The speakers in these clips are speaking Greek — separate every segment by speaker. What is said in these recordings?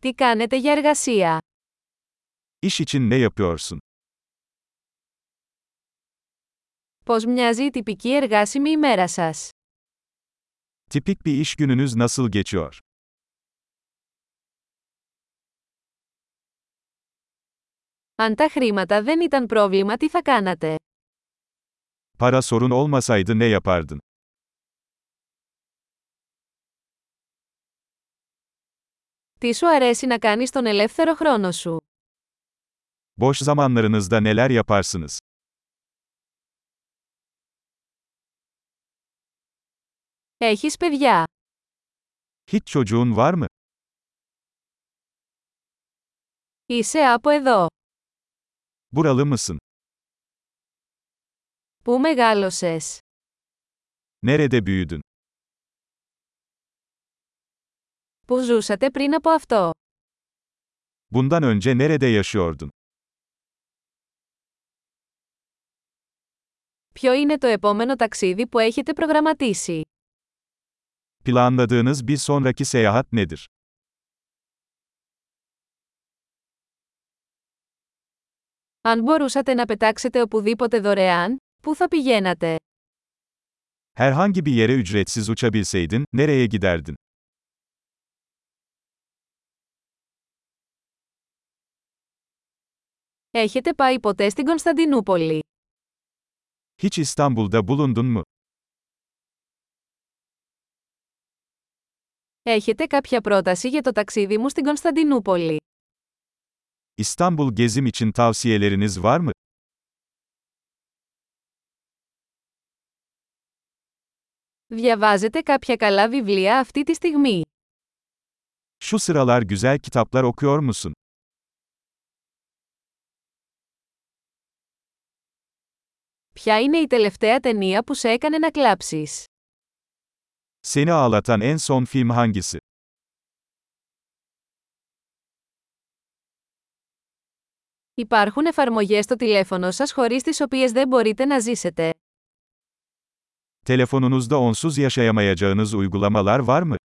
Speaker 1: Τι κάνετε για εργασία?
Speaker 2: İş için ne yapıyorsun?
Speaker 1: Πώς μοιάζει η τυπική εργάσιμη ημέρα σας?
Speaker 2: Tipik bir iş gününüz nasıl geçiyor?
Speaker 1: Αν τα χρήματα δεν ήταν πρόβλημα, τι θα κάνατε?
Speaker 2: Para sorun olmasaydı ne yapardın?
Speaker 1: Τι σου αρέσει να κάνεις τον ελεύθερο χρόνο σου?
Speaker 2: Boş zamanlarınızda neler yaparsınız?
Speaker 1: Έχεις παιδιά.
Speaker 2: Hiç çocuğun var mı?
Speaker 1: Είσαι από εδώ.
Speaker 2: Buralı mısın?
Speaker 1: Πού μεγάλωσες?
Speaker 2: Nerede büyüdün?
Speaker 1: Πού ζούσατε πριν από αυτό?
Speaker 2: Bundan önce nerede yaşıyordun?
Speaker 1: Ποιο είναι το επόμενο ταξίδι που έχετε προγραμματίσει?
Speaker 2: Planladığınız bir sonraki seyahat nedir?
Speaker 1: Αν μπορούσατε να πετάξετε οπουδήποτε δωρεάν, πού θα πηγαίνατε?
Speaker 2: Herhangi bir yere ücretsiz uçabilseydin, nereye giderdin?
Speaker 1: Έχετε πάει ποτέ στην Κωνσταντινούπολη.
Speaker 2: Hiç İstanbul'da bulundun mu?
Speaker 1: Έχετε κάποια πρόταση για το ταξίδι μου στην Κωνσταντινούπολη.
Speaker 2: İstanbul gezim için tavsiyeleriniz var mı?
Speaker 1: Διαβάζετε κάποια καλά βιβλία αυτή τη στιγμή.
Speaker 2: Şu sıralar güzel kitaplar okuyor musun?
Speaker 1: Ποια είναι η τελευταία ταινία που σε έκανε να κλάψεις?
Speaker 2: Seni ağlatan en son film hangisi?
Speaker 1: Υπάρχουν εφαρμογές στο τηλέφωνο σας χωρίς τις οποίες δεν μπορείτε να ζήσετε.
Speaker 2: Telefonunuzda onsuz yaşayamayacağınız uygulamalar var mı?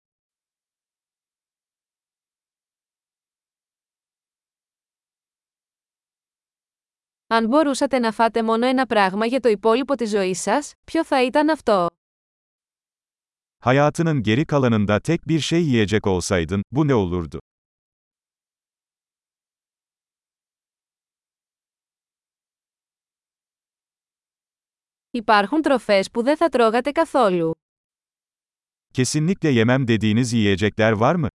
Speaker 1: Αν μπορούσατε να φάτε μόνο ένα πράγμα για το υπόλοιπο της ζωής σας, ποιο θα ήταν αυτό?
Speaker 2: Hayatının geri kalanında tek bir şey yiyecek olsaydın, bu ne olurdu?
Speaker 1: Υπάρχουν τροφές που δεν θα τρώγατε καθόλου.
Speaker 2: Kesinlikle yemem dediğiniz yiyecekler var mı?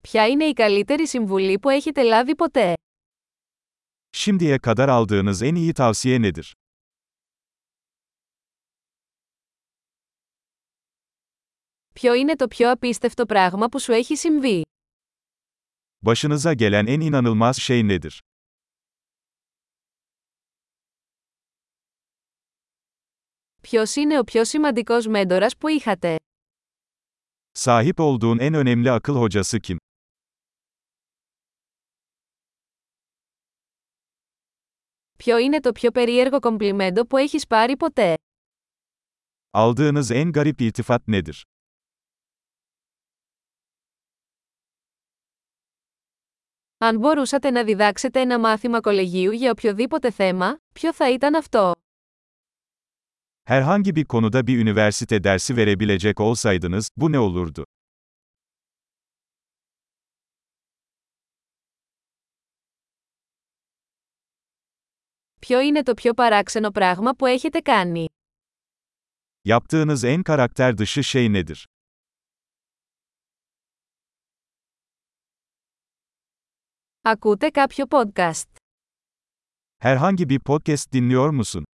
Speaker 1: Ποια είναι η καλύτερη συμβουλή που έχετε λάβει ποτέ?
Speaker 2: Şimdiye kadar aldığınız en iyi tavsiye nedir?
Speaker 1: Ποιο είναι το πιο απίστευτο πράγμα που σου έχει συμβεί?
Speaker 2: Başınıza gelen en inanılmaz şey nedir?
Speaker 1: Ποιος είναι ο πιο σημαντικός μέντορας που είχατε?
Speaker 2: Sahip olduğun en önemli akıl hocası kim?
Speaker 1: Ποιο είναι το πιο περίεργο κομπλιμέντο που έχεις πάρει ποτέ?
Speaker 2: Aldığınız en garip iltifat nedir?
Speaker 1: Αν μπορούσατε να διδάξετε ένα μάθημα κολεγίου για οποιοδήποτε θέμα, ποιο θα ήταν αυτό?
Speaker 2: Herhangi bir konuda bir üniversite dersi verebilecek olsaydınız, bu ne olurdu?
Speaker 1: Ποιο είναι το πιο παράξενο πράγμα που έχετε κάνει?
Speaker 2: Yaptığınız en karakter dışı şey nedir?
Speaker 1: Ακούτε κάποιο podcast.
Speaker 2: Herhangi bir podcast dinliyor musun?